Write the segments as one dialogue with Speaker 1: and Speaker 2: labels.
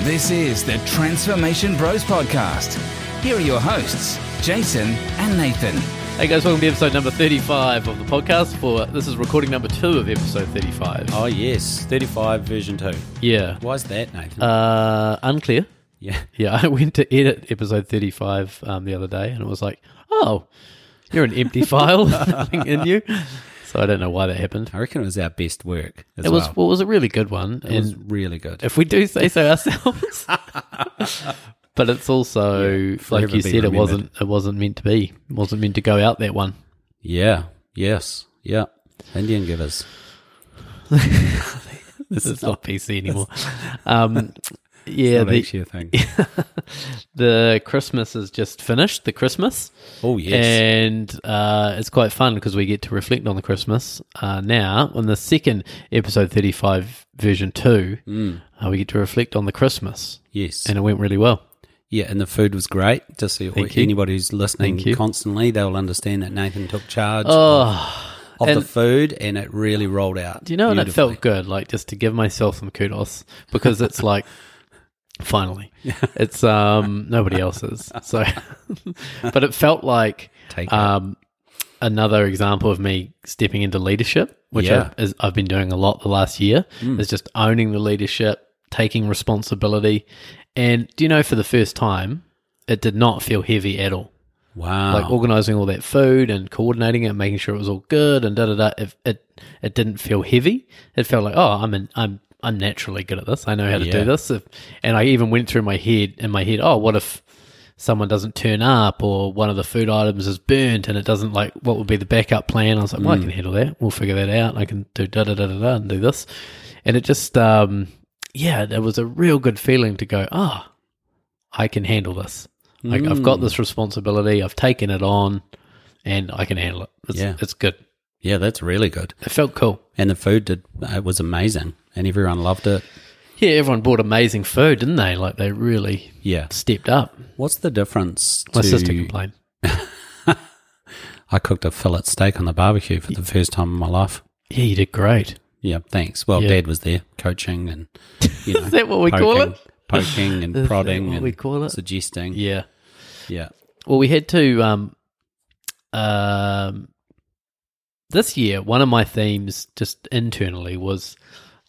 Speaker 1: This is the Transformation Bros Podcast. Here are your hosts, Jason and Nathan.
Speaker 2: Hey guys, welcome to episode number 35 of the podcast. For this is recording number two of episode 35.
Speaker 3: Oh yes, thirty-five version two.
Speaker 2: Yeah.
Speaker 3: Why's that, Nathan?
Speaker 2: Uh, unclear.
Speaker 3: yeah,
Speaker 2: Yeah, I went to edit episode 35 um, the other day and it was like, oh, you're an empty file nothing in you. So I don't know why that happened.
Speaker 3: I reckon it was our best work. As
Speaker 2: It was
Speaker 3: well.
Speaker 2: well, it was a really good one.
Speaker 3: It was
Speaker 2: And
Speaker 3: really good.
Speaker 2: if we do say so ourselves. But it's also
Speaker 3: forever
Speaker 2: like you
Speaker 3: be
Speaker 2: said, it
Speaker 3: remembered.
Speaker 2: wasn't it wasn't meant to be. It wasn't meant to go out that one.
Speaker 3: Yeah. Yes. Yeah. Indian givers.
Speaker 2: This is not PC anymore. Um, yeah,
Speaker 3: Not
Speaker 2: the,
Speaker 3: actually a thing.
Speaker 2: the Christmas is just finished, the Christmas.
Speaker 3: Oh yes.
Speaker 2: And uh, it's quite fun because we get to reflect on the Christmas uh, now. On the second episode 35, version 2,
Speaker 3: Mm.
Speaker 2: uh, we get to reflect on the Christmas.
Speaker 3: yes.
Speaker 2: And it went really well.
Speaker 3: yeah, and the food was great. Just so
Speaker 2: Thank you.
Speaker 3: anybody who's listening
Speaker 2: Thank you. Oh,
Speaker 3: constantly, they'll understand that Nathan took charge Oh, of, of the
Speaker 2: and-
Speaker 3: food, and it really rolled out.
Speaker 2: Do you know? And it
Speaker 3: beautifully.
Speaker 2: felt good, like just to give myself some kudos because it's like, finally, it's um nobody else's. So, but it felt like
Speaker 3: Take it.
Speaker 2: um another example of me stepping into leadership, which
Speaker 3: Yeah.
Speaker 2: I've, is, I've been doing a lot the last year. Is just owning the leadership, taking responsibility, and do you know for the first time, it did not feel heavy at all
Speaker 3: Wow.
Speaker 2: like oh organizing all that food and coordinating it, and making sure it was all good and da da da. It it, it didn't feel heavy. It felt like oh, I'm an, I'm I'm naturally good at this. I know how to
Speaker 3: Yeah.
Speaker 2: do this. If, and I even went through my head in my head. Oh, what if someone doesn't turn up or one of the food items is burnt and it doesn't like what would be the backup plan? I was like, well, I
Speaker 3: Mm.
Speaker 2: can handle that. We'll figure that out. I can do da da da da da and do this. And it just um yeah, it was a real good feeling to go ah. I can handle this. Like I've got
Speaker 3: Mm.
Speaker 2: this responsibility. I've taken it on, and I can handle it. It's,
Speaker 3: Yeah.
Speaker 2: it's good.
Speaker 3: yeah, that's really good.
Speaker 2: It felt cool.
Speaker 3: And the food did. uh, It was amazing, and everyone loved it.
Speaker 2: Yeah, everyone bought amazing food, didn't they? Like they really
Speaker 3: Yeah.
Speaker 2: stepped up.
Speaker 3: What's the difference?
Speaker 2: My
Speaker 3: to-
Speaker 2: sister complained.
Speaker 3: I cooked a fillet steak on the barbecue for the first time in my life.
Speaker 2: Yeah, you did great.
Speaker 3: Yeah, thanks. Well,
Speaker 2: Yeah.
Speaker 3: Dad was there coaching and you know,
Speaker 2: Is that what we call
Speaker 3: poking-
Speaker 2: it?
Speaker 3: Poking and
Speaker 2: that
Speaker 3: prodding
Speaker 2: what
Speaker 3: and
Speaker 2: we call it?
Speaker 3: suggesting. Yeah.
Speaker 2: Yeah. Well, we had to. Um, um, this year, one of my themes just internally was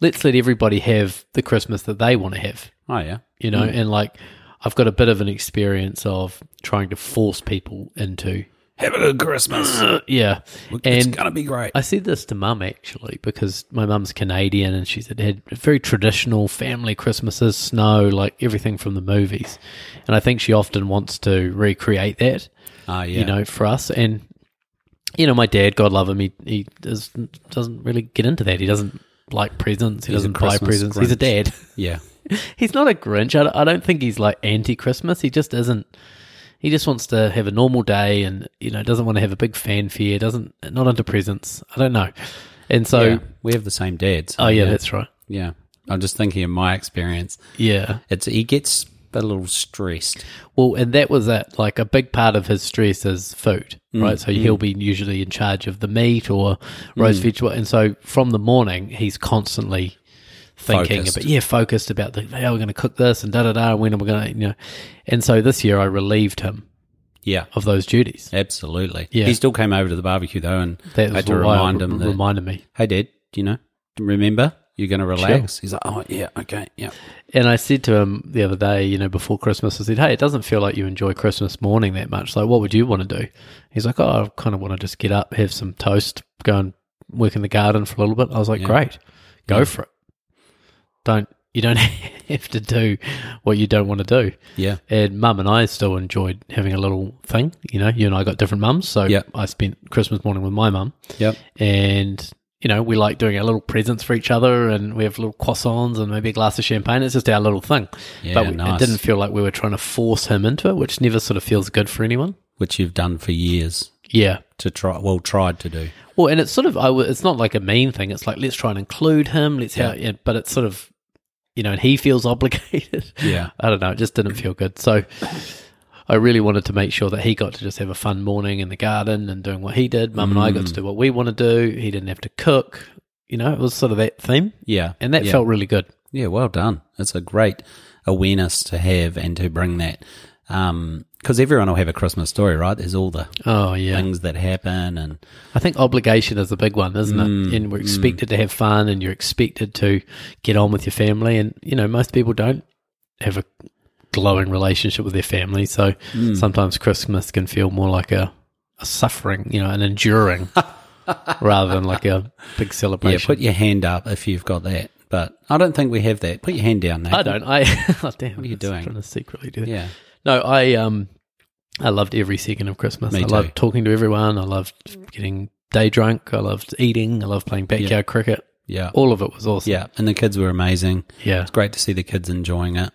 Speaker 2: let's let everybody have the Christmas that they want to have.
Speaker 3: Oh yeah.
Speaker 2: you know, and like I've got a bit of an experience of trying to force people into.
Speaker 3: Have a good Christmas.
Speaker 2: Yeah.
Speaker 3: it's
Speaker 2: And
Speaker 3: gonna be great.
Speaker 2: I said this to mum actually because my mum's Canadian and she's had very traditional family Christmases, snow, like everything from the movies. And I think she often wants to recreate that
Speaker 3: Oh yeah.
Speaker 2: you know, for us. And you know, my dad, God love him, he he does, doesn't really get into that. He doesn't like presents. He
Speaker 3: He's a
Speaker 2: doesn't buy
Speaker 3: Christmas
Speaker 2: presents. He's a
Speaker 3: Grinch.
Speaker 2: dad.
Speaker 3: yeah.
Speaker 2: he's not a Grinch. I, I don't think he's like anti-Christmas. He just isn't. He just wants to have a normal day, and you know, doesn't want to have a big fanfare. Doesn't not into presents. I don't know. And so,
Speaker 3: yeah. We have the same dads.
Speaker 2: oh yeah, that's right.
Speaker 3: yeah. I'm just thinking of my experience.
Speaker 2: Yeah.
Speaker 3: It's he gets a little stressed.
Speaker 2: Well, and that was it. Like a big part of his stress is food,
Speaker 3: Mm.
Speaker 2: right? So he'll be usually in charge of the meat or roast
Speaker 3: Mm.
Speaker 2: vegetable, and so from the morning he's constantly thinking
Speaker 3: Focused.
Speaker 2: about yeah, focused about the how we're going to cook this and da da da, and when are we going to you know? And so this year I relieved him
Speaker 3: Yeah.
Speaker 2: of those duties.
Speaker 3: Absolutely.
Speaker 2: Oh. Yeah.
Speaker 3: He still came over to the barbecue though and
Speaker 2: That
Speaker 3: I
Speaker 2: was
Speaker 3: had to
Speaker 2: why I
Speaker 3: remind
Speaker 2: re-
Speaker 3: him that
Speaker 2: reminded me.
Speaker 3: Hey Dad, do you know? Remember? You're gonna relax. He's like, Oh yeah, okay, yeah.
Speaker 2: And I said to him the other day, you know, before Christmas, I said, "Hey, it doesn't feel like you enjoy Christmas morning that much. Like, what would you want to do?" He's like, "Oh, I kind of want to just get up, have some toast, go and work in the garden for a little bit." I was like, "Great, go for it. Don't you don't have to do what you don't want to do."
Speaker 3: Yeah.
Speaker 2: And Mum and I still enjoyed having a little thing. You know, you and I got different mums, so
Speaker 3: Yeah.
Speaker 2: I spent Christmas morning with my mum.
Speaker 3: Yep.
Speaker 2: and you know we like doing our little presents for each other and we have little croissants and maybe a glass of champagne it's just our little thing
Speaker 3: Yeah,
Speaker 2: but we,
Speaker 3: nice.
Speaker 2: it didn't feel like we were trying to force him into it which never sort of feels good for anyone
Speaker 3: Which you've done for years
Speaker 2: yeah
Speaker 3: to try, well, tried to do.
Speaker 2: well and it's sort of I w- it's not like a mean thing it's like let's try and include him let's yeah. yeah, but it's sort of you know and he feels obligated
Speaker 3: Yeah.
Speaker 2: i don't know it just didn't feel good so I really wanted to make sure that he got to just have a fun morning in the garden and doing what he did. Mum and I got to do what we want to do. He didn't have to cook. You know, it was sort of that theme.
Speaker 3: Yeah.
Speaker 2: and that
Speaker 3: yeah.
Speaker 2: felt really good.
Speaker 3: Yeah, well done. It's a great awareness to have and to bring that. Because everyone will have a Christmas story, right? There's all the
Speaker 2: Oh yeah,
Speaker 3: things that happen and
Speaker 2: I think obligation is the big one, isn't
Speaker 3: Mm,
Speaker 2: it? And we're expected to have fun, and you're expected to get on with your family. And you know, most people don't have a glowing relationship with their family, so
Speaker 3: Mm.
Speaker 2: sometimes Christmas can feel more like a, a suffering, you know, an enduring, rather than like a big
Speaker 3: yeah,
Speaker 2: celebration.
Speaker 3: put your hand up if you've got that. But I don't think we have that. Put your hand down there.
Speaker 2: I don't. I oh, damn. What
Speaker 3: are you doing?
Speaker 2: Trying to secretly do that.
Speaker 3: Yeah.
Speaker 2: No, I um, I loved every second of Christmas.
Speaker 3: Me
Speaker 2: I
Speaker 3: too.
Speaker 2: loved talking to everyone. I loved getting day drunk. I loved eating. I loved playing backyard cricket.
Speaker 3: Yeah.
Speaker 2: All of it was awesome.
Speaker 3: Yeah. And the kids were amazing.
Speaker 2: yeah.
Speaker 3: It's great to see the kids enjoying it.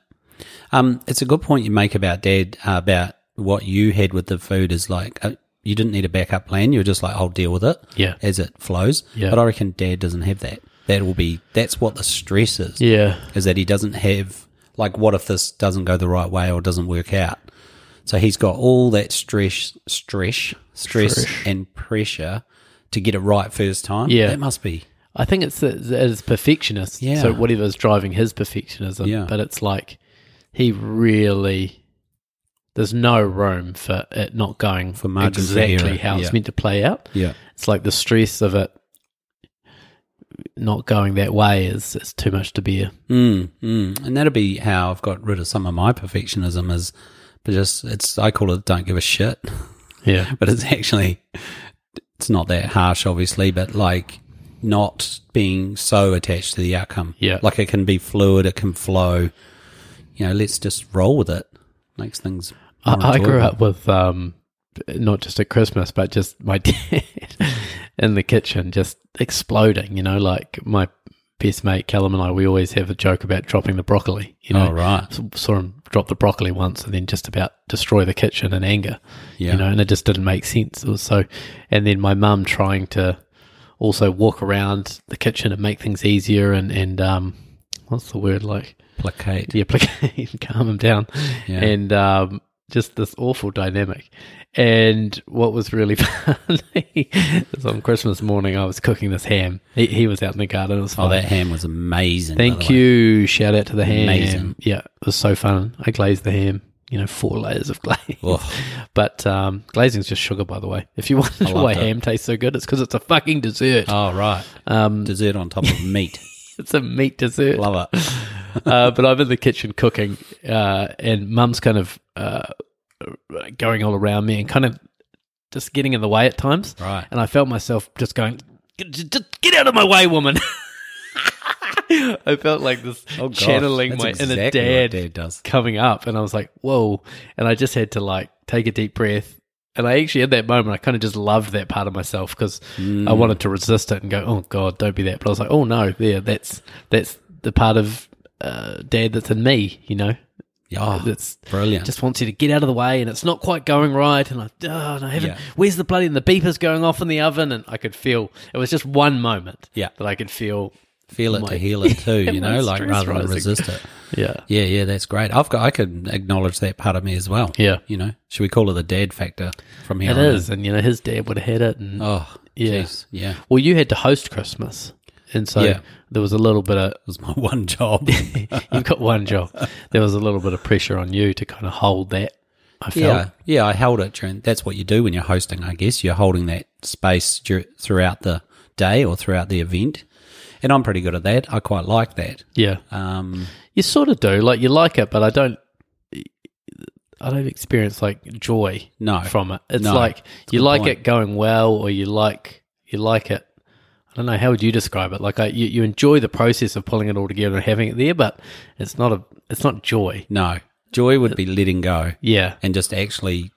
Speaker 3: Um, it's a good point you make about dad uh, about what you had with the food is like uh, you didn't need a backup plan. You were just like, I'll deal with it
Speaker 2: Yeah.
Speaker 3: as it flows.
Speaker 2: Yeah.
Speaker 3: But I reckon dad doesn't have that. That will be that's what the stress is.
Speaker 2: Yeah.
Speaker 3: Is that he doesn't have like what if this doesn't go the right way or doesn't work out? So he's got all that stress, stress, stress,
Speaker 2: Stress.
Speaker 3: and pressure to get it right first time.
Speaker 2: Yeah.
Speaker 3: that must be
Speaker 2: I think it's as perfectionist.
Speaker 3: Yeah.
Speaker 2: So whatever's driving his perfectionism,
Speaker 3: Yeah.
Speaker 2: but it's like he really there's no room for it not going
Speaker 3: For margin for error,
Speaker 2: exactly how
Speaker 3: yeah.
Speaker 2: it's meant to play out.
Speaker 3: yeah,
Speaker 2: It's like the stress of it not going that way is is too much to bear.
Speaker 3: Mm, mm. And that'll be how I've got rid of some of my perfectionism is but just it's I call it don't give a shit.
Speaker 2: Yeah.
Speaker 3: But it's actually it's not that harsh obviously, but like not being so attached to the outcome.
Speaker 2: Yeah.
Speaker 3: Like it can be fluid, it can flow. You know, let's just roll with it. Makes things more
Speaker 2: I, I grew
Speaker 3: enjoyable.
Speaker 2: up with um, not just at Christmas, but just my dad in the kitchen just exploding. You know, like my best mate Callum and I, we always have a joke about dropping the broccoli. You know,
Speaker 3: Oh right.
Speaker 2: S- saw him drop the broccoli once and then just about destroy the kitchen in anger.
Speaker 3: Yeah.
Speaker 2: You know, and it just didn't make sense. It was so, and then my mum trying to also walk around the kitchen and make things easier and and um, what's the word like?
Speaker 3: Placate.
Speaker 2: yeah, placate, calm him down,
Speaker 3: Yeah.
Speaker 2: and um, just this awful dynamic. And what was really funny is on Christmas morning, I was cooking this ham. He, he was out in the garden. It was
Speaker 3: Oh
Speaker 2: fun.
Speaker 3: that ham was amazing. by the
Speaker 2: Thank
Speaker 3: way.
Speaker 2: you. Shout out to the ham.
Speaker 3: Amazing.
Speaker 2: Yeah, it was so fun. I glazed the ham. You know, four layers of glaze.
Speaker 3: Oh,
Speaker 2: But um, glazing's just sugar, by the way. If you wonder
Speaker 3: loved
Speaker 2: why
Speaker 3: it.
Speaker 2: ham tastes so good, it's because it's a fucking dessert.
Speaker 3: oh right. Um, Dessert on top of meat.
Speaker 2: It's a meat dessert.
Speaker 3: Love it.
Speaker 2: uh, but I'm in the kitchen cooking, uh, and Mum's kind of uh, going all around me and kind of just getting in the way at times.
Speaker 3: Right.
Speaker 2: And I felt myself just going, "Get- just just get out of my way, woman. I felt like this
Speaker 3: Oh, gosh.
Speaker 2: channeling
Speaker 3: That's
Speaker 2: my inner
Speaker 3: exactly
Speaker 2: dad,
Speaker 3: what dad does.
Speaker 2: coming up, and I was like, whoa. And I just had to like take a deep breath. And I actually, at that moment, I kind of just loved that part of myself because
Speaker 3: Mm.
Speaker 2: I wanted to resist it and go, "Oh God, don't be that." But I was like, "Oh no, there, that's that's the part of uh, Dad that's in me, you know,
Speaker 3: Yeah.
Speaker 2: that's
Speaker 3: Oh, Brilliant.
Speaker 2: just wants you to get out of the way, and it's not quite going right, and I, oh, and I haven't.
Speaker 3: Yeah.
Speaker 2: Where's the bloody and the beeper's going off in the oven, and I could feel it was just one moment,
Speaker 3: Yeah.
Speaker 2: that I could feel,
Speaker 3: feel it
Speaker 2: My-
Speaker 3: to heal it too, you
Speaker 2: my
Speaker 3: know, like
Speaker 2: stress
Speaker 3: rather than
Speaker 2: rising.
Speaker 3: resist it.
Speaker 2: yeah,
Speaker 3: Yeah, yeah, that's great. I've got I could acknowledge that part of me as well.
Speaker 2: Yeah.
Speaker 3: You know. Should we call it the dad factor from here
Speaker 2: it
Speaker 3: on in?
Speaker 2: is, and you know, his dad would have had it, and
Speaker 3: Oh
Speaker 2: Yeah.
Speaker 3: jeez, yeah. It
Speaker 2: well, you had to host Christmas, and so
Speaker 3: Yeah.
Speaker 2: there was a little bit of
Speaker 3: was my one job.
Speaker 2: you've got one job. There was a little bit of pressure on you to kind of hold that. I felt.
Speaker 3: yeah. Yeah, I held it during that's what you do when you're hosting, I guess. You're holding that space dur- throughout the day or throughout the event. And I'm pretty good at that. I quite like that.
Speaker 2: Yeah.
Speaker 3: Um
Speaker 2: You sort of do. Like you like it, but I don't I don't experience like joy
Speaker 3: No.
Speaker 2: from it. It's
Speaker 3: No.
Speaker 2: like you
Speaker 3: good
Speaker 2: like
Speaker 3: point.
Speaker 2: it going well or you like you like it I don't know how would you describe it? Like I, you, you enjoy the process of pulling it all together and having it there, but it's not a it's not joy.
Speaker 3: no. Joy would be letting go
Speaker 2: Yeah.
Speaker 3: and just actually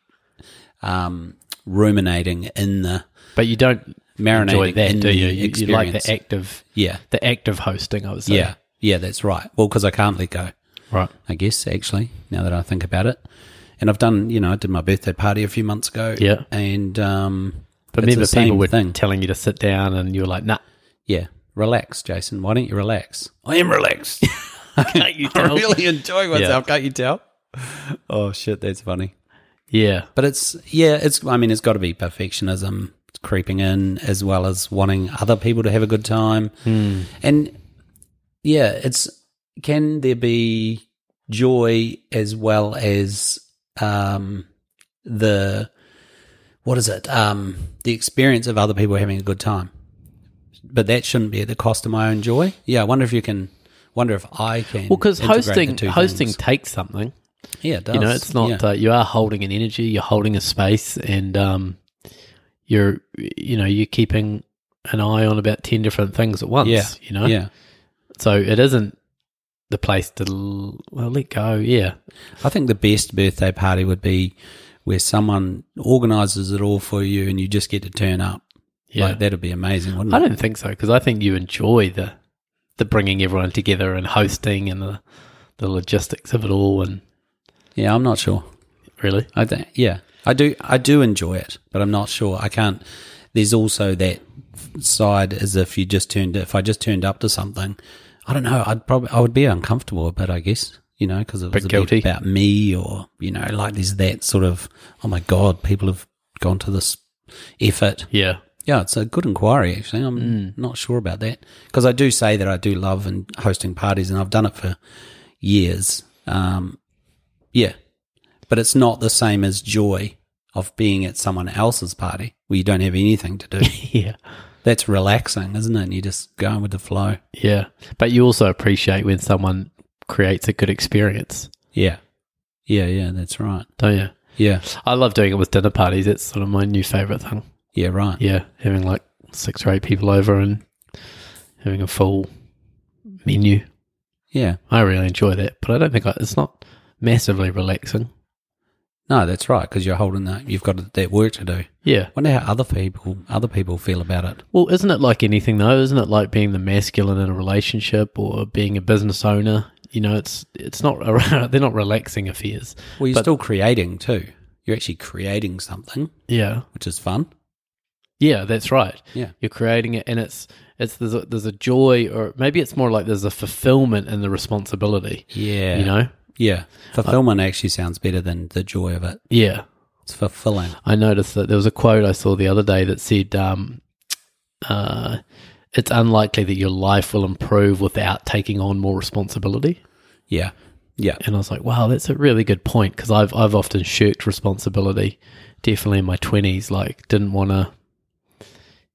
Speaker 3: um ruminating in the
Speaker 2: But you don't
Speaker 3: marinating
Speaker 2: enjoy that,
Speaker 3: in
Speaker 2: do
Speaker 3: the
Speaker 2: you? You, you like
Speaker 3: experience.
Speaker 2: the act of
Speaker 3: Yeah.
Speaker 2: the act of hosting, I would say.
Speaker 3: Yeah. Yeah, that's right. Well, because I can't let go,
Speaker 2: Right.
Speaker 3: I guess, actually, now that I think about it. And I've done, you know, I did my birthday party a few months ago.
Speaker 2: Yeah.
Speaker 3: And, um,
Speaker 2: But
Speaker 3: it's the
Speaker 2: remember people
Speaker 3: same
Speaker 2: were
Speaker 3: thing.
Speaker 2: telling you to sit down and you were like, nah,
Speaker 3: yeah. Relax, Jason. Why don't you relax? I am relaxed.
Speaker 2: can't you
Speaker 3: I
Speaker 2: tell?
Speaker 3: really enjoy myself.
Speaker 2: Yeah.
Speaker 3: Can't you tell? Oh, shit. That's funny.
Speaker 2: Yeah.
Speaker 3: But it's, yeah, it's, I mean, it's got to be perfectionism creeping in as
Speaker 2: Hmm.
Speaker 3: well as wanting other people to have a good time. And yeah, it's, can there be joy as well as um, the what is it? Um, the experience of other people having a good time, but that shouldn't be at the cost of my own joy. Yeah, I wonder if you can. Wonder if I can.
Speaker 2: Well, because
Speaker 3: integrate the
Speaker 2: hosting
Speaker 3: two
Speaker 2: hosting
Speaker 3: things.
Speaker 2: takes something.
Speaker 3: yeah, it does.
Speaker 2: You know, it's not
Speaker 3: Yeah.
Speaker 2: uh, you are holding an energy, you're holding a space, and um, you're you know you're keeping an eye on about ten different things at once.
Speaker 3: yeah,
Speaker 2: you know,
Speaker 3: yeah.
Speaker 2: so it isn't the place to l- well let go. Yeah,
Speaker 3: I think the best birthday party would be where someone organises it all for you and you just get to turn up.
Speaker 2: yeah.
Speaker 3: Like that'd be amazing, wouldn't
Speaker 2: I
Speaker 3: it?
Speaker 2: don't think so because I think you enjoy the the bringing everyone together and hosting and the the logistics of it all. And
Speaker 3: Yeah, I'm not sure.
Speaker 2: really,
Speaker 3: I think yeah, I do. I do enjoy it, but I'm not sure. I can't. There's also that side as if you just turned. If I just turned up to something, I don't know. I'd probably I would be uncomfortable, but I guess you know because it was
Speaker 2: Bit
Speaker 3: a
Speaker 2: guilty.
Speaker 3: bit about me or you know like there's that sort of oh my god, people have gone to this effort.
Speaker 2: yeah,
Speaker 3: Yeah, it's a good inquiry actually. I'm not sure about that because I do say that I do love and hosting parties, and I've done it for years. Um, yeah, but it's not the same as joy of being at someone else's party where you don't have anything to do.
Speaker 2: yeah,
Speaker 3: That's relaxing, isn't it? And you're just going with the flow.
Speaker 2: yeah. But you also appreciate when someone creates a good experience,
Speaker 3: Yeah, yeah, yeah. That's right.
Speaker 2: don't you?
Speaker 3: Yeah,
Speaker 2: I love doing it with dinner parties. It's sort of my new favorite thing.
Speaker 3: yeah, right.
Speaker 2: Yeah, having like six or eight people over and having a full menu.
Speaker 3: yeah.
Speaker 2: I really enjoy that, but I don't think I, it's not massively relaxing.
Speaker 3: No, that's right because you're holding that. You've got that work to do.
Speaker 2: Yeah.
Speaker 3: Wonder how other people other people feel about it.
Speaker 2: Well, isn't it like anything though? Isn't it like being the masculine in a relationship or being a business owner? You know, it's it's not they're not relaxing affairs.
Speaker 3: Well, you're
Speaker 2: But-
Speaker 3: still creating too. You're actually creating something,
Speaker 2: Yeah.
Speaker 3: which is fun.
Speaker 2: Yeah, that's right.
Speaker 3: Yeah.
Speaker 2: You're creating it and it's it's there's a, there's a joy or maybe it's more like there's a fulfillment in the responsibility,
Speaker 3: Yeah.
Speaker 2: you know?
Speaker 3: Yeah. Fulfillment actually sounds better than the joy of it.
Speaker 2: Yeah.
Speaker 3: It's fulfilling.
Speaker 2: I noticed that there was a quote I saw the other day that said, um, uh, "It's unlikely that your life will improve without taking on more responsibility."
Speaker 3: Yeah. Yeah.
Speaker 2: And I was like, "Wow, that's a really good point." Because I've I've often shirked responsibility, definitely in my twenties. Like, didn't want to,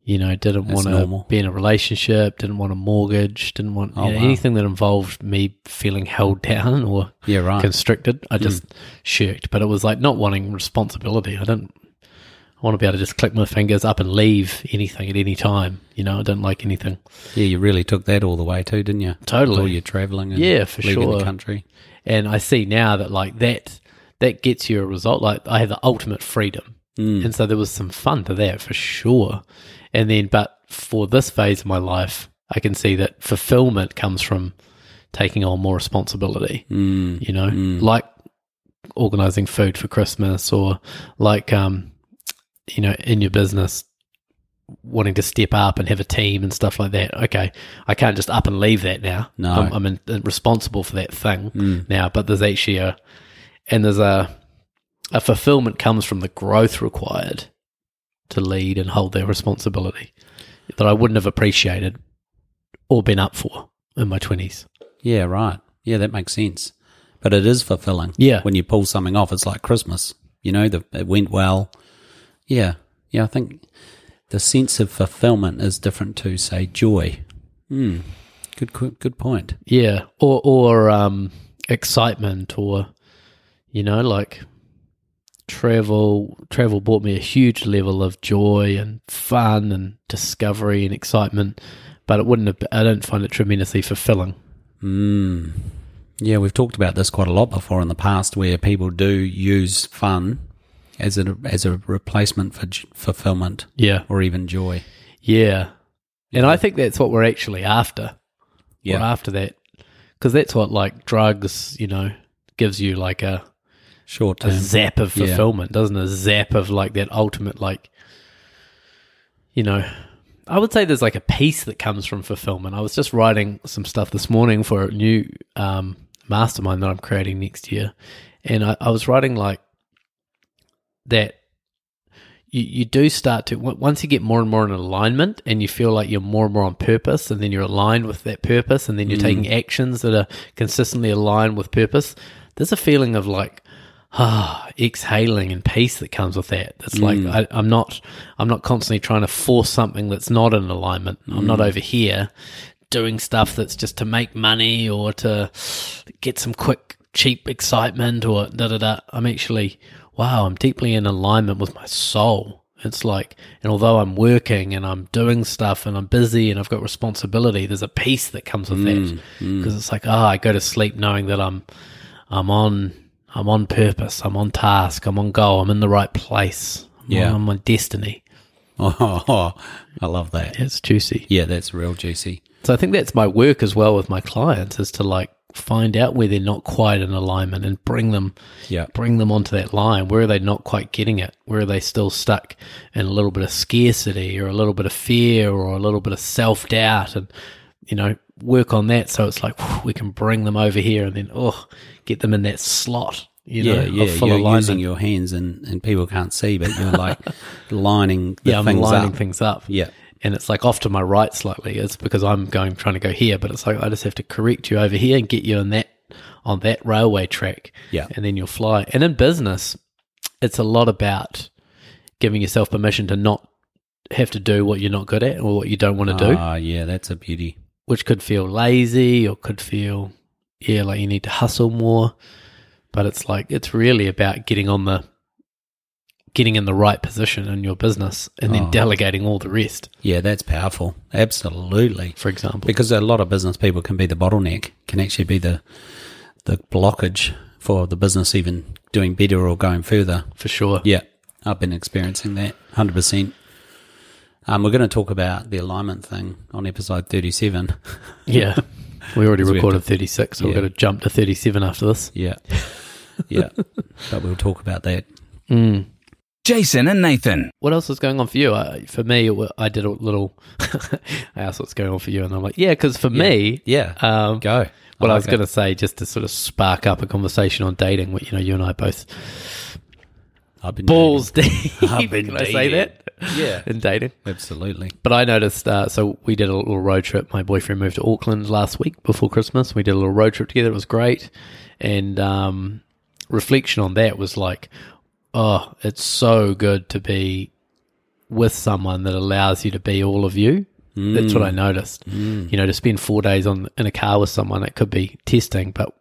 Speaker 2: you know, didn't
Speaker 3: That's
Speaker 2: want
Speaker 3: normal. Oh,
Speaker 2: to be in a relationship, didn't want a mortgage, didn't want you know,
Speaker 3: wow.
Speaker 2: anything that involved me feeling held down or
Speaker 3: Yeah, right. Hmm.
Speaker 2: constricted. I just shirked, but it was like not wanting responsibility. I don't. I want to be able to just click my fingers up and leave anything at any time. You know, I don't like anything.
Speaker 3: Yeah, you really took that all the way too, didn't you?
Speaker 2: Totally.
Speaker 3: All your traveling and
Speaker 2: Yeah, for
Speaker 3: leaving
Speaker 2: sure.
Speaker 3: the country.
Speaker 2: And I see now that like that that gets you a result. Like I had the ultimate freedom, and so there was some fun to that for sure. And then, but for this phase of my life, I can see that fulfillment comes from taking on more responsibility.
Speaker 3: Mm.
Speaker 2: you know, like organizing food for Christmas or like, um, you know, in your business, wanting to step up and have a team and stuff like that. Okay, I can't just up and leave that now.
Speaker 3: No. Mm.
Speaker 2: I'm, I'm in, uh, responsible for that thing now. But there's actually a, and there's a, a fulfillment comes from the growth required to lead and hold their responsibility that I wouldn't have appreciated or been up for in my twenties.
Speaker 3: Yeah, right. Yeah, that makes sense. But it is fulfilling.
Speaker 2: Yeah.
Speaker 3: When you pull something off, it's like Christmas. You know, the, it went well. Yeah. Yeah, I think the sense of fulfillment is different to, say, joy. Mm. Good, qu- good point.
Speaker 2: Yeah, or or um, excitement, or you know, like travel. Travel brought me a huge level of joy and fun and discovery and excitement, but it wouldn't. Have, I don't find it tremendously fulfilling.
Speaker 3: Yeah, we've talked about this quite a lot before in the past, where people do use fun as a as a replacement for j- fulfillment
Speaker 2: Yeah,
Speaker 3: or even joy.
Speaker 2: yeah, and I think that's what we're actually after. We're after that because that's what like drugs, you know, gives you like a
Speaker 3: short
Speaker 2: a
Speaker 3: term.
Speaker 2: zap of
Speaker 3: Yeah.
Speaker 2: fulfillment, doesn't it? A zap of like that ultimate, like, you know, I would say there's like a piece that comes from fulfillment. I was just writing some stuff this morning for a new um, mastermind that I'm creating next year. And I, I was writing like that you, you do start to on- once you get more and more in alignment and you feel like you're more and more on purpose and then you're aligned with that purpose and then
Speaker 3: Mm.
Speaker 2: you're taking actions that are consistently aligned with purpose there's a feeling of like ah exhaling and peace that comes with that it's like I, i'm not i'm not constantly trying to force something that's not in alignment i'm not over here doing stuff that's just to make money or to get some quick cheap excitement or da da da. I'm actually, wow, I'm deeply in alignment with my soul. It's like, and although I'm working and I'm doing stuff and I'm busy and I've got responsibility, there's a peace that comes with that because it's like, ah, I go to sleep knowing that I'm, I'm on, I'm on purpose, I'm on task, I'm on goal, I'm in the right place, I'm
Speaker 3: Yeah.
Speaker 2: on my destiny.
Speaker 3: Oh, I love that.
Speaker 2: It's juicy.
Speaker 3: Yeah, that's real juicy.
Speaker 2: So I think that's my work as well with my clients is to like find out where they're not quite in alignment and bring them
Speaker 3: Yeah.
Speaker 2: bring them onto that line. Where are they not quite getting it? Where are they still stuck in a little bit of scarcity or a little bit of fear or a little bit of self doubt and you know, work on that so it's like whew, we can bring them over here and then oh get them in that slot, you know,
Speaker 3: Yeah,
Speaker 2: of
Speaker 3: yeah.
Speaker 2: full
Speaker 3: You're
Speaker 2: alignment.
Speaker 3: using your hands and, and people can't see, but you're like lining the
Speaker 2: yeah, I'm
Speaker 3: things
Speaker 2: lining
Speaker 3: up.
Speaker 2: things up.
Speaker 3: Yeah.
Speaker 2: And it's like off to my right slightly. It's because I'm going trying to go here, but it's like I just have to correct you over here and get you on that on that railway track.
Speaker 3: Yeah.
Speaker 2: And then you'll fly. And in business, it's a lot about giving yourself permission to not have to do what you're not good at or what you don't want to do,
Speaker 3: Ah, yeah, that's a beauty.
Speaker 2: which could feel lazy or could feel yeah, like you need to hustle more. But it's like it's really about getting on the getting in the right position in your business and then
Speaker 3: Oh.
Speaker 2: delegating all the rest
Speaker 3: Yeah, that's powerful. Absolutely.
Speaker 2: for example.
Speaker 3: Because a lot of business people can be the bottleneck, can actually be the the blockage for the business even doing better or going further.
Speaker 2: for sure.
Speaker 3: Yeah, I've been experiencing that 100%. Um, we're going to talk about the alignment thing on episode 37.
Speaker 2: Yeah. We already
Speaker 3: we have
Speaker 2: recorded 36, so we're
Speaker 3: Yeah.
Speaker 2: going to jump to 37 after this.
Speaker 3: Yeah. Yeah. but we'll talk about that. Mm.
Speaker 1: Jason and Nathan.
Speaker 2: What else is going on for you? I, for me, it wa- I did a little. I asked what's going on for you, and I'm like, yeah, because for me,
Speaker 3: Yeah.
Speaker 2: um,
Speaker 3: Go. I
Speaker 2: What I,
Speaker 3: like
Speaker 2: was
Speaker 3: it.
Speaker 2: going to say, just to sort of spark up a conversation on dating, what you know, you and I both
Speaker 3: I've been
Speaker 2: balls deep.
Speaker 3: I've been
Speaker 2: Can I say
Speaker 3: dating.
Speaker 2: that?
Speaker 3: Yeah.
Speaker 2: In dating.
Speaker 3: dating. Absolutely.
Speaker 2: But I noticed, uh, so we did a little road trip. My boyfriend moved to Auckland last week before Christmas. We did a little road trip together. It was great. And um, reflection on that was like, oh, it's so good to be with someone that allows you to be all of you. That's what I noticed. You know, to spend four days on in a car with someone, it could be testing. But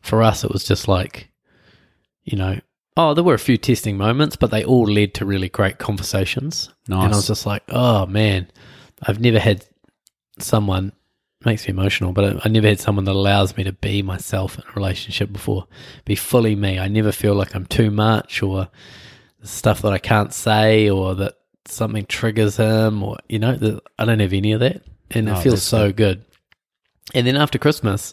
Speaker 2: for us, it was just like, you know, oh, there were a few testing moments, but they all led to really great conversations.
Speaker 3: Nice.
Speaker 2: And I was just like, oh man, I've never had someone makes me emotional, but I, I never had someone that allows me to be myself in a relationship before, be fully me. I never feel like I'm too much or stuff that I can't say or that something triggers him or you know the, I don't have any of that and
Speaker 3: Oh,
Speaker 2: it feels
Speaker 3: that's
Speaker 2: so good. And then after Christmas,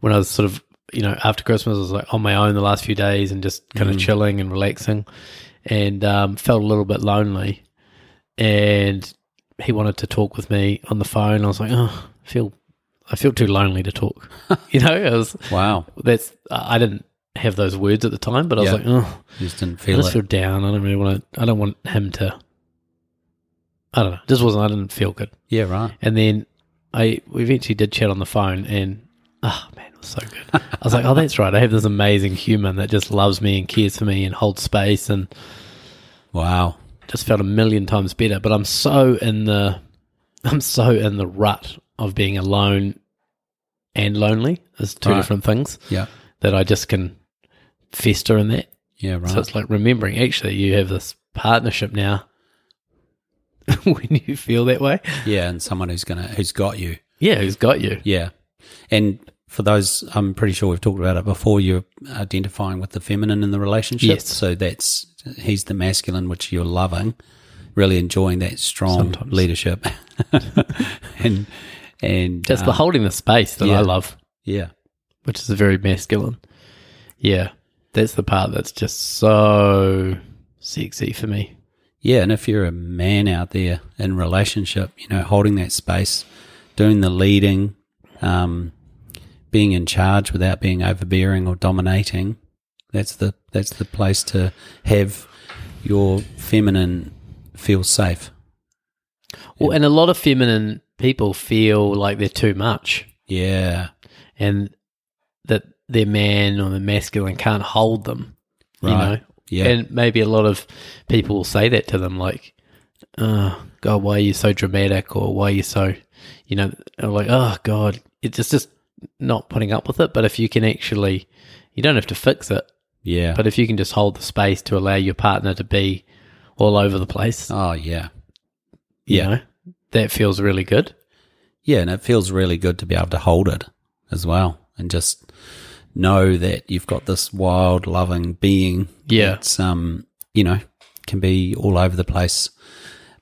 Speaker 2: when I was sort of you know after Christmas, I was like on my own the last few days and just kind of chilling and relaxing, and um, felt a little bit lonely. And he wanted to talk with me on the phone. I was like, oh, I feel I feel too lonely to talk. you know, I was
Speaker 3: Wow.
Speaker 2: that's I I didn't have those words at the time, but I was
Speaker 3: Yeah.
Speaker 2: like, oh.
Speaker 3: Just didn't
Speaker 2: I
Speaker 3: feel
Speaker 2: just
Speaker 3: it.
Speaker 2: feel down. I don't really want to. I don't want him to. I don't know. This wasn't. I didn't feel good.
Speaker 3: yeah, right.
Speaker 2: And then I we eventually did chat on the phone, and oh man, it was so good. I was like, oh, that's right. I have this amazing human that just loves me and cares for me and holds space, and
Speaker 3: Wow.
Speaker 2: just felt a million times better. But I'm so in the, I'm so in the rut of being alone and lonely. There's two
Speaker 3: Right.
Speaker 2: different things
Speaker 3: Yeah.
Speaker 2: that I just can fester in that.
Speaker 3: Yeah, right.
Speaker 2: So it's like remembering actually you have this partnership now when you feel that way.
Speaker 3: yeah, and someone who's gonna who's got you.
Speaker 2: Yeah, who's got you?
Speaker 3: Yeah. And for those, I'm pretty sure we've talked about it before, you're identifying with the feminine in the relationship.
Speaker 2: Yes.
Speaker 3: So that's, he's the masculine, which you're loving, really enjoying that strong
Speaker 2: Sometimes.
Speaker 3: leadership. and, and
Speaker 2: Just
Speaker 3: uh,
Speaker 2: the holding the space that
Speaker 3: yeah.
Speaker 2: I love,
Speaker 3: yeah.
Speaker 2: which is very masculine. Yeah, that's the part that's just so sexy for me.
Speaker 3: Yeah. And if you're a man out there in relationship, you know, holding that space, doing the leading, um, being in charge without being overbearing or dominating. That's the that's the place to have your feminine feels safe.
Speaker 2: Well, and a lot of feminine people feel like they're too much
Speaker 3: Yeah.
Speaker 2: and that their man or the masculine can't hold them. You
Speaker 3: Right.
Speaker 2: know?
Speaker 3: Yeah.
Speaker 2: And maybe a lot of people will say that to them, like, oh, God, why are you so dramatic? Or why are you so, you know, or like, oh, God, it's just, just not putting up with it. But if you can actually, you don't have to fix it.
Speaker 3: yeah.
Speaker 2: But if you can just hold the space to allow your partner to be all over the place,
Speaker 3: oh, yeah.
Speaker 2: you know, that feels really good.
Speaker 3: Yeah, and it feels really good to be able to hold it as well and just know that you've got this wild, loving being.
Speaker 2: Yeah.
Speaker 3: It's, um, you know, can be all over the place,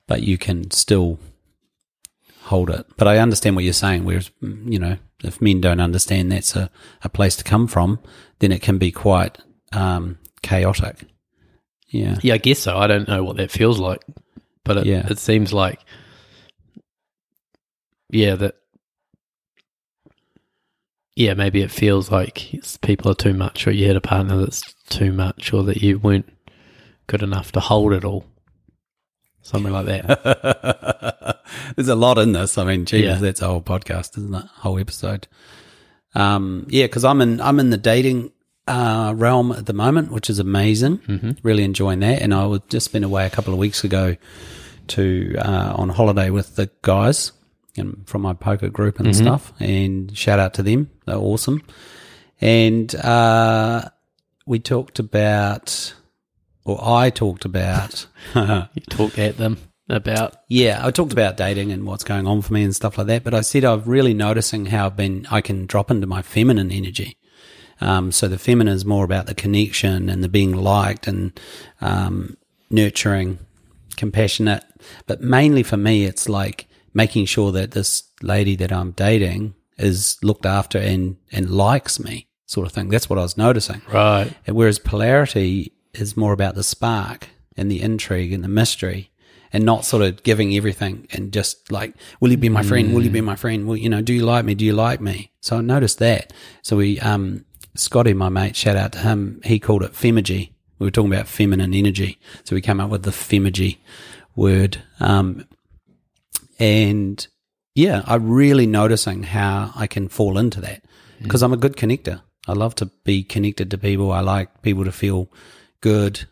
Speaker 3: but you can still hold it. But I understand what you're saying, whereas, mm, you know, if men don't understand that's a, a place to come from, then it can be quite um, chaotic. Yeah.
Speaker 2: Yeah, I guess so. I don't know what that feels like, but it,
Speaker 3: Yeah.
Speaker 2: it seems like, yeah, that, yeah, maybe it feels like it's- people are too much, or you had a partner that's too much, or that you weren't good enough to hold it all, something like that.
Speaker 3: There's a lot in this. I mean, geez,
Speaker 2: Yeah.
Speaker 3: that's a whole podcast, isn't it? Whole episode. Um, yeah, because I'm in I'm in the dating uh, realm at the moment, which is amazing. Mm-hmm. Really enjoying that. And I was just been away a couple of weeks ago to uh, on holiday with the guys and from my poker group and stuff. And shout out to them; they're awesome. And uh, we talked about, or I talked about.
Speaker 2: you talk at them about,
Speaker 3: Yeah, I talked about dating and what's going on for me and stuff like that, but I said I've really noticing how I've been I can drop into my feminine energy. Um, so the feminine is more about the connection and the being liked and um, nurturing, compassionate. But mainly for me, it's like making sure that this lady that I'm dating is looked after and and likes me, sort of thing. That's what I was noticing.
Speaker 2: right,
Speaker 3: And Whereas polarity is more about the spark and the intrigue and the mystery and not sort of giving everything and just like, will you be my friend? Will you be my friend? Will, you know, do you like me? Do you like me? So I noticed that. So we, um, Scotty, my mate, shout out to him. He called it femigy. We were talking about feminine energy. So we came up with the femigy word. Um, and yeah, I'm really noticing how I can fall into that because I'm a good connector. I love to be connected to people. I like people to feel good.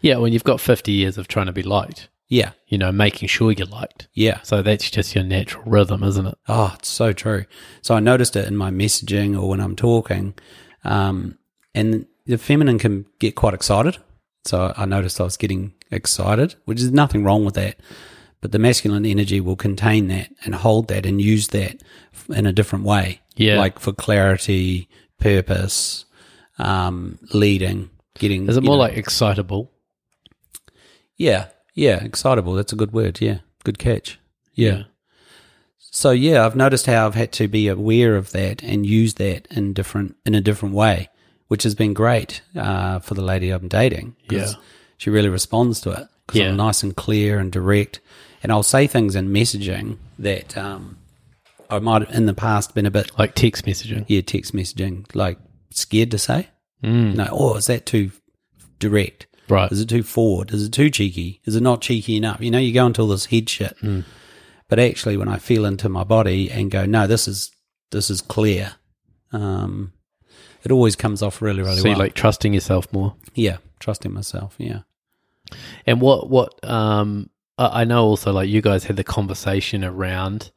Speaker 2: yeah. When you've got fifty years of trying to be liked,
Speaker 3: Yeah,
Speaker 2: you know, making sure you're liked,
Speaker 3: yeah.
Speaker 2: so that's just your natural rhythm, isn't it?
Speaker 3: Oh, it's so true. So I noticed it in my messaging or when I'm talking. Um, and the feminine can get quite excited. So I noticed I was getting excited, which is nothing wrong with that. But the masculine energy will contain that and hold that and use that f- in a different way.
Speaker 2: Yeah.
Speaker 3: Like for clarity, purpose, um, leading, getting.
Speaker 2: Is it
Speaker 3: you
Speaker 2: more
Speaker 3: know-
Speaker 2: like excitable?
Speaker 3: Yeah. Yeah. Excitable. That's a good word. Yeah. Good catch. yeah. So yeah, I've noticed how I've had to be aware of that and use that in different in a different way, which has been great uh, for the lady I'm dating. 'cause
Speaker 2: Yeah.
Speaker 3: she really responds to it because
Speaker 2: Yeah.
Speaker 3: I'm nice and clear and direct, and I'll say things in messaging that um, I might have in the past been a bit
Speaker 2: like text messaging.
Speaker 3: yeah text messaging like scared to say. Mm. No, oh, is that too direct?
Speaker 2: Hmm. Right.
Speaker 3: Is it too forward? Is it too cheeky? Is it not cheeky enough? You know, you go into all this head shit.
Speaker 2: Hmm.
Speaker 3: But actually, when I feel into my body and go, no, this is this is clear, um, it always comes off really, really
Speaker 2: so you're
Speaker 3: well.
Speaker 2: like trusting yourself more.
Speaker 3: yeah, trusting myself. Yeah,
Speaker 2: And what what um I I know also like you guys had the conversation around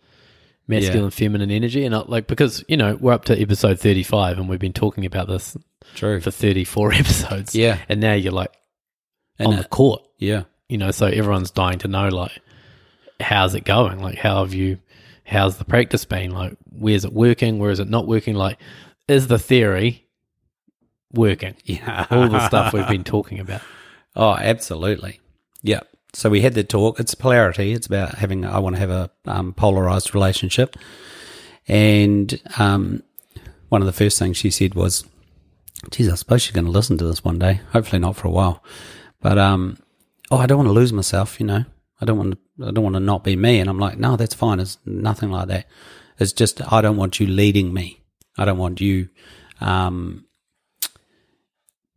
Speaker 2: masculine
Speaker 3: Yeah.
Speaker 2: and feminine energy and I, like because you know we're up to episode 35 and we've been talking about this
Speaker 3: true.
Speaker 2: for 34 episodes.
Speaker 3: Yeah.
Speaker 2: And now you're like
Speaker 3: And
Speaker 2: on the
Speaker 3: it,
Speaker 2: court,
Speaker 3: yeah,
Speaker 2: you know, so everyone's dying to know like how's it going? Like how have you how's the practice been? Like where's it working? Where is it not working? Like is the theory working?
Speaker 3: yeah,
Speaker 2: All the stuff we've been talking about.
Speaker 3: Oh, absolutely. Yeah. So we had the talk. It's polarity. It's about having. I want to have a um, polarized relationship. And um, one of the first things she said was, "Geez, I suppose she's going to listen to this one day. Hopefully not for a while, but um, oh, I don't want to lose myself. You know, I don't want to. I don't want to not be me." And I'm like, "No, that's fine. It's nothing like that. It's just I don't want you leading me. I don't want you." Um,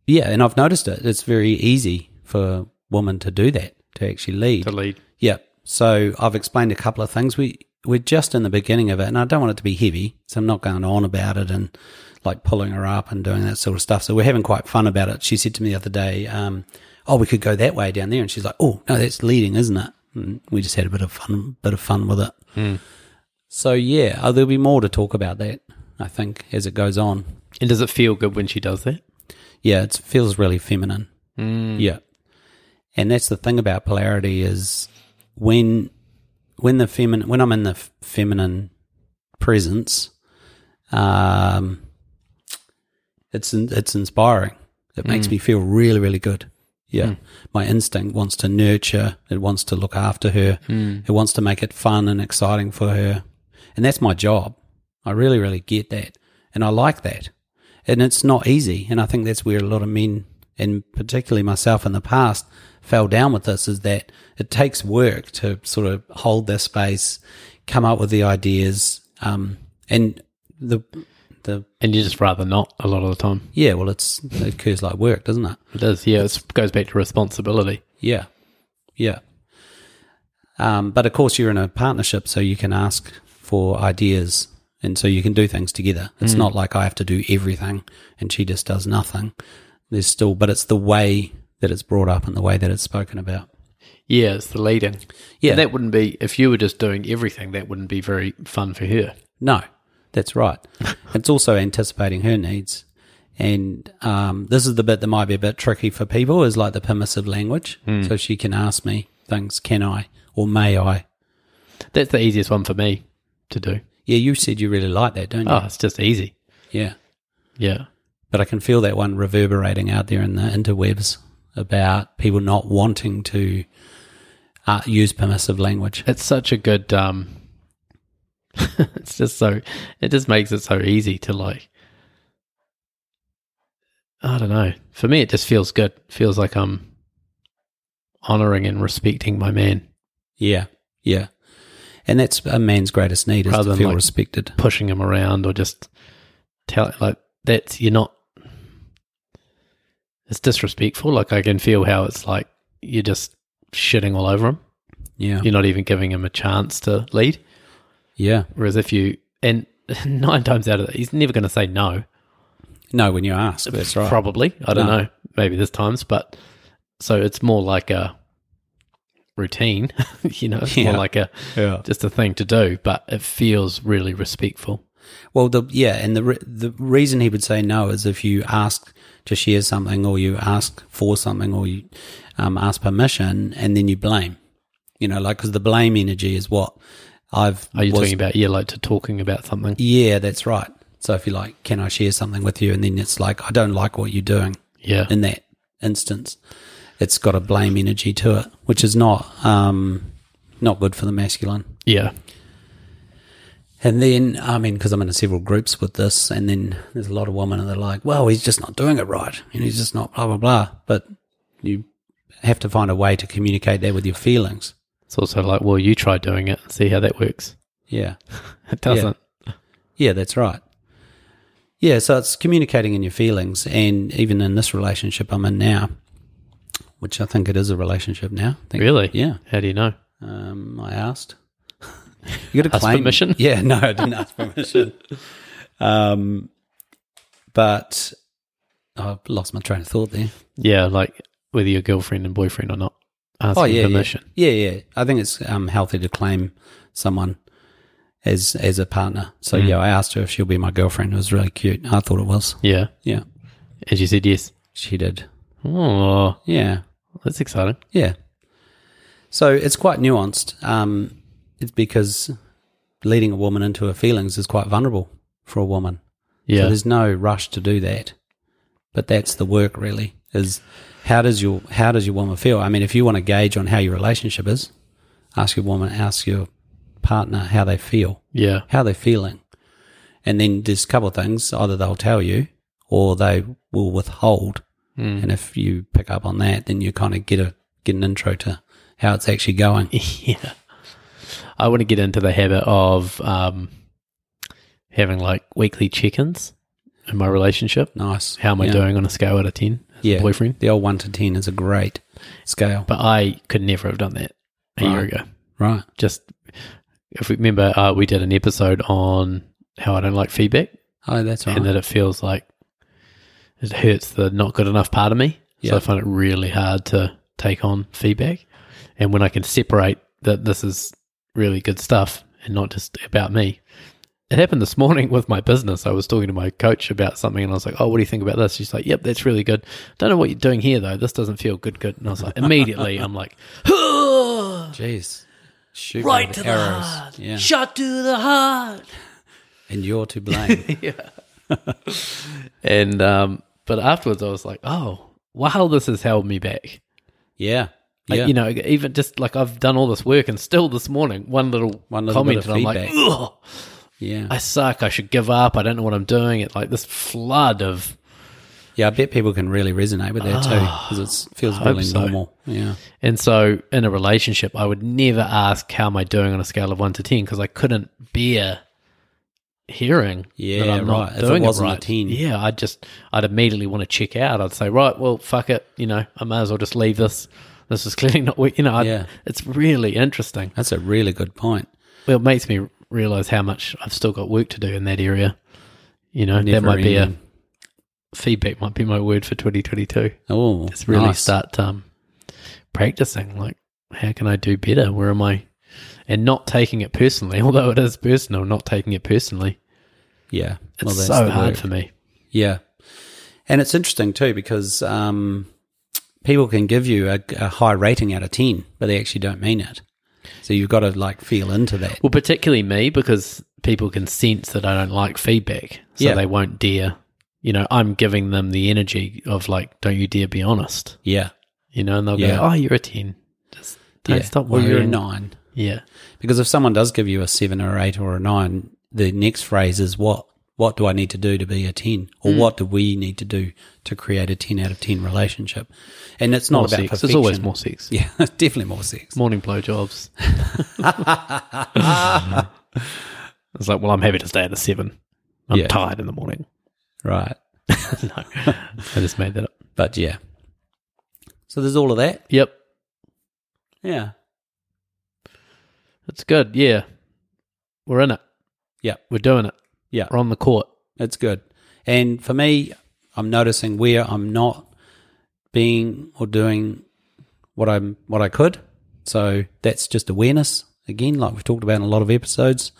Speaker 3: yeah, and I've noticed it. It's very easy for woman to do that, to actually lead.
Speaker 2: to lead.
Speaker 3: Yeah. So I've explained a couple of things. We we're just in the beginning of it, and I don't want it to be heavy, so I'm not going on about it and like pulling her up and doing that sort of stuff. So we're having quite fun about it. She said to me the other day, um, "Oh, we could go that way down there," and she's like, "Oh, no, that's leading, isn't it?" And we just had a bit of fun, bit of fun with it. So yeah, oh, there'll be more to talk about that. I think as it goes on.
Speaker 2: And does it feel good when she does that?
Speaker 3: Yeah, it feels really feminine. Yeah. And that's the thing about polarity is when when the feminine when I'm in the f- feminine presence, um, it's in, it's inspiring. It makes me feel really really good. Yeah, my instinct wants to nurture. It wants to look after her. It wants to make it fun and exciting for her, and that's my job. I really really get that, and I like that, and it's not easy. And I think that's where a lot of men, and particularly myself in the past, fell down with this is that it takes work to sort of hold this space, come up with the ideas, um, and the the
Speaker 2: And you just rather not a lot of the time.
Speaker 3: yeah, well, it's it occurs like work, doesn't it?
Speaker 2: It does. Yeah, it goes back to responsibility.
Speaker 3: Yeah, yeah. Um, but of course, you're in a partnership, so you can ask for ideas, and so you can do things together. It's not like I have to do everything and she just does nothing. There's still, but it's the way that it's brought up and the way that it's spoken about.
Speaker 2: Yeah, it's the leading.
Speaker 3: Yeah.
Speaker 2: And that wouldn't be, if you were just doing everything, that wouldn't be very fun for her.
Speaker 3: No, that's right. it's also anticipating her needs. And um, this is the bit that might be a bit tricky for people is like the permissive language. So she can ask me things, can I or may I?
Speaker 2: That's the easiest one for me to do.
Speaker 3: Yeah, you said you really like that, don't you?
Speaker 2: Oh, it's just easy.
Speaker 3: Yeah.
Speaker 2: Yeah.
Speaker 3: But I can feel that one reverberating out there in the interwebs about people not wanting to uh, use permissive language.
Speaker 2: It's such a good, um, it's just so, it just makes it so easy to like, I don't know. For me, it just feels good. Feels like I'm honoring and respecting my man,
Speaker 3: Yeah. Yeah. And that's a man's greatest need is
Speaker 2: Rather
Speaker 3: to
Speaker 2: than
Speaker 3: feel
Speaker 2: like-
Speaker 3: respected.
Speaker 2: pushing him around or just tell, like, that's, you're not, it's disrespectful. Like, I can feel how it's like you're just shitting all over him.
Speaker 3: Yeah.
Speaker 2: You're not even giving him a chance to lead.
Speaker 3: Yeah.
Speaker 2: Whereas if you and nine times out of that, he's never going to say no.
Speaker 3: No, when you ask, that's right.
Speaker 2: Probably, I don't
Speaker 3: No.
Speaker 2: know. Maybe this times, but so it's more like a routine. you know, it's more
Speaker 3: Yeah.
Speaker 2: like a
Speaker 3: Yeah.
Speaker 2: just a thing to do, but it feels really respectful.
Speaker 3: Well, the yeah, and the re- the reason he would say no is if you ask to share something, or you ask for something, or you um, ask permission, and then you blame. You know, like because the blame energy is what I've.
Speaker 2: Are you
Speaker 3: was-
Speaker 2: Oh, talking about yeah, like to talking about something?
Speaker 3: Yeah, that's right. So if you like, can I share something with you? And then it's like, I don't like what you're doing
Speaker 2: Yeah,
Speaker 3: in that instance. It's got a blame energy to it, which is not um, not good for the masculine.
Speaker 2: yeah,
Speaker 3: And then, I mean, because I'm in several groups with this, and then there's a lot of women and they're like, well, he's just not doing it right. And he's just not blah, blah, blah. But you have to find a way to communicate that with your feelings.
Speaker 2: it's also like well, you try doing it and see how that works.
Speaker 3: Yeah.
Speaker 2: It doesn't.
Speaker 3: Yeah, that's right. Yeah, so it's communicating in your feelings. And even in this relationship I'm in now, which I think it is a relationship now. I think-
Speaker 2: Really?
Speaker 3: Yeah.
Speaker 2: How do you know?
Speaker 3: Um, I asked. You got to
Speaker 2: Ask
Speaker 3: claim
Speaker 2: permission?
Speaker 3: Yeah, no, I didn't ask permission. Um, but oh, I've lost my train of thought there.
Speaker 2: Yeah, like whether you're girlfriend and boyfriend or not, asking
Speaker 3: oh yeah,
Speaker 2: permission.
Speaker 3: yeah, yeah, yeah. I think it's um, healthy to claim someone as as a partner. So
Speaker 2: Mm.
Speaker 3: yeah, I asked her if she'll be my girlfriend. It was really cute. I thought it was.
Speaker 2: yeah.
Speaker 3: Yeah,
Speaker 2: And she said yes.
Speaker 3: she did.
Speaker 2: Oh,
Speaker 3: Yeah,
Speaker 2: that's exciting.
Speaker 3: Yeah. So it's quite nuanced. Um, it's because leading a woman into her feelings is quite vulnerable for a woman. So
Speaker 2: Yeah.
Speaker 3: there's no rush to do that. But that's the work really is how does your how does your woman feel? I mean, if you want to gauge on how your relationship is, ask your woman, ask your partner how they feel,
Speaker 2: yeah.
Speaker 3: how they're feeling. And then there's a couple of things. Either they'll tell you or they will withhold.
Speaker 2: Hmm.
Speaker 3: And if you pick up on that, then you kind of get a get an intro to how it's actually going.
Speaker 2: Yeah. I want to get into the habit of um, having like weekly check ins in my relationship.
Speaker 3: Nice.
Speaker 2: How am I
Speaker 3: Yeah.
Speaker 2: doing on a scale out of 10? as a boyfriend.
Speaker 3: The old one to ten is a great scale.
Speaker 2: But I could never have done that a year
Speaker 3: Right.
Speaker 2: ago.
Speaker 3: right.
Speaker 2: Just if we remember, uh, we did an episode on how I don't like feedback
Speaker 3: Oh, that's right.
Speaker 2: and that it feels like it hurts the not good enough part of me.
Speaker 3: Yeah.
Speaker 2: So I find it really hard to take on feedback. And when I can separate that this is really good stuff and not just about me. It happened this morning with my business. I was talking to my coach about something and I was like, Oh, what do you think about this? She's like, Yep, that's really good. Don't know what you're doing here though. This doesn't feel good, good. And I was like, immediately I'm like,
Speaker 3: Jeez. Shoot me
Speaker 2: Right
Speaker 3: with
Speaker 2: to the
Speaker 3: arrows.
Speaker 2: heart.
Speaker 3: Yeah.
Speaker 2: Shot to the heart.
Speaker 3: And you're to blame.
Speaker 2: And um, but afterwards, I was like, oh, wow, this has held me back.
Speaker 3: yeah.
Speaker 2: Like,
Speaker 3: Yeah.
Speaker 2: You know, even just like I've done all this work, and still this morning, one little
Speaker 3: One little bit
Speaker 2: comment, and
Speaker 3: of
Speaker 2: I'm like, ugh,
Speaker 3: yeah.
Speaker 2: I suck. I should give up. I don't know what I'm doing. It like this flood of,
Speaker 3: yeah. I bet people can really resonate with that too because it feels really
Speaker 2: Ah, so.
Speaker 3: normal. Yeah.
Speaker 2: and so in a relationship, I would never ask how am I doing on a scale of one to ten because I couldn't bear hearing that
Speaker 3: Yeah,
Speaker 2: I'm not
Speaker 3: right. If it
Speaker 2: doing
Speaker 3: wasn't a
Speaker 2: right.
Speaker 3: 10.
Speaker 2: Yeah, I'd just I'd immediately want to check out. I'd say, right, well, fuck it, you know, I may as well just leave this. This is clearly not, what- you know, I'd,
Speaker 3: Yeah.
Speaker 2: it's really interesting.
Speaker 3: That's a really good point.
Speaker 2: Well, it makes me realize how much I've still got work to do in that area. You know, that
Speaker 3: Never
Speaker 2: might be a
Speaker 3: ending.
Speaker 2: feedback might be my word for 2022.
Speaker 3: Oh,
Speaker 2: It's really
Speaker 3: nice.
Speaker 2: start um, practicing. Like, how can I do better? Where am I? And not taking it personally, although it is personal, not taking it personally.
Speaker 3: Yeah.
Speaker 2: It's
Speaker 3: Well, that's
Speaker 2: so
Speaker 3: the
Speaker 2: hard
Speaker 3: work.
Speaker 2: for me.
Speaker 3: Yeah. And it's interesting too because um, people can give you a, a high rating out of 10, but they actually don't mean it. So you've got to like feel into that.
Speaker 2: Well, particularly me, because people can sense that I don't like feedback. So
Speaker 3: Yeah.
Speaker 2: they won't dare. You know, I'm giving them the energy of like, don't you dare be honest.
Speaker 3: Yeah.
Speaker 2: You know, and they'll
Speaker 3: Yeah.
Speaker 2: go, oh, you're a 10. Just don't
Speaker 3: yeah.
Speaker 2: stop
Speaker 3: Or
Speaker 2: worrying.
Speaker 3: you're a nine.
Speaker 2: Yeah.
Speaker 3: Because if someone does give you a seven or eight or a nine, the next phrase is what? What do I need to do to be a 10? Or
Speaker 2: Mm.
Speaker 3: what do we need to do to create a 10 out of 10 relationship? And it's not
Speaker 2: More
Speaker 3: about
Speaker 2: sex.
Speaker 3: perfection.
Speaker 2: There's always more sex.
Speaker 3: Yeah, definitely more sex.
Speaker 2: Morning blowjobs. it's like, well, I'm happy to stay at the seven. I'm
Speaker 3: Yeah.
Speaker 2: tired in the morning.
Speaker 3: Right.
Speaker 2: no, I just made that up.
Speaker 3: But yeah. So there's all of that.
Speaker 2: Yep.
Speaker 3: Yeah.
Speaker 2: It's good. Yeah. We're in it.
Speaker 3: Yeah.
Speaker 2: We're doing it.
Speaker 3: Yeah.
Speaker 2: We're on the court.
Speaker 3: It's good. And for me, I'm noticing where I'm not being or doing what I'm what I could. So that's just awareness. Again, like we've talked about in a lot of episodes.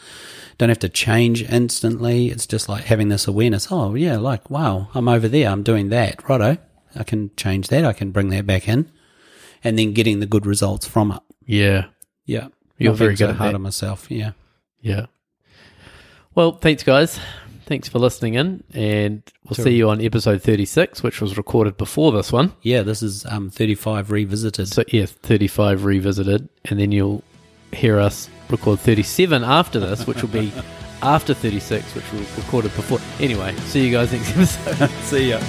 Speaker 3: Don't have to change instantly. It's just like having this awareness. Oh yeah, like wow, I'm over there, I'm doing that. Righto. I can change that, I can bring that back in. And then getting the good results from it.
Speaker 2: Yeah.
Speaker 3: Yeah.
Speaker 2: You're
Speaker 3: Not
Speaker 2: very good
Speaker 3: being so
Speaker 2: at
Speaker 3: hard
Speaker 2: that.
Speaker 3: on myself. Yeah.
Speaker 2: Yeah. Well, thanks, guys. Thanks for listening in, and we'll see you on episode 36, which was recorded before this one.
Speaker 3: Yeah, this is um thirty five revisited.
Speaker 2: So, yeah, 35 revisited, and then you'll hear us record 37 after this, which will be after 36, which we recorded before. Anyway, see you guys next episode.
Speaker 3: See ya.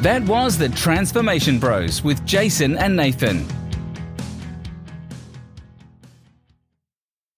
Speaker 1: That was the Transformation Bros with Jason and Nathan.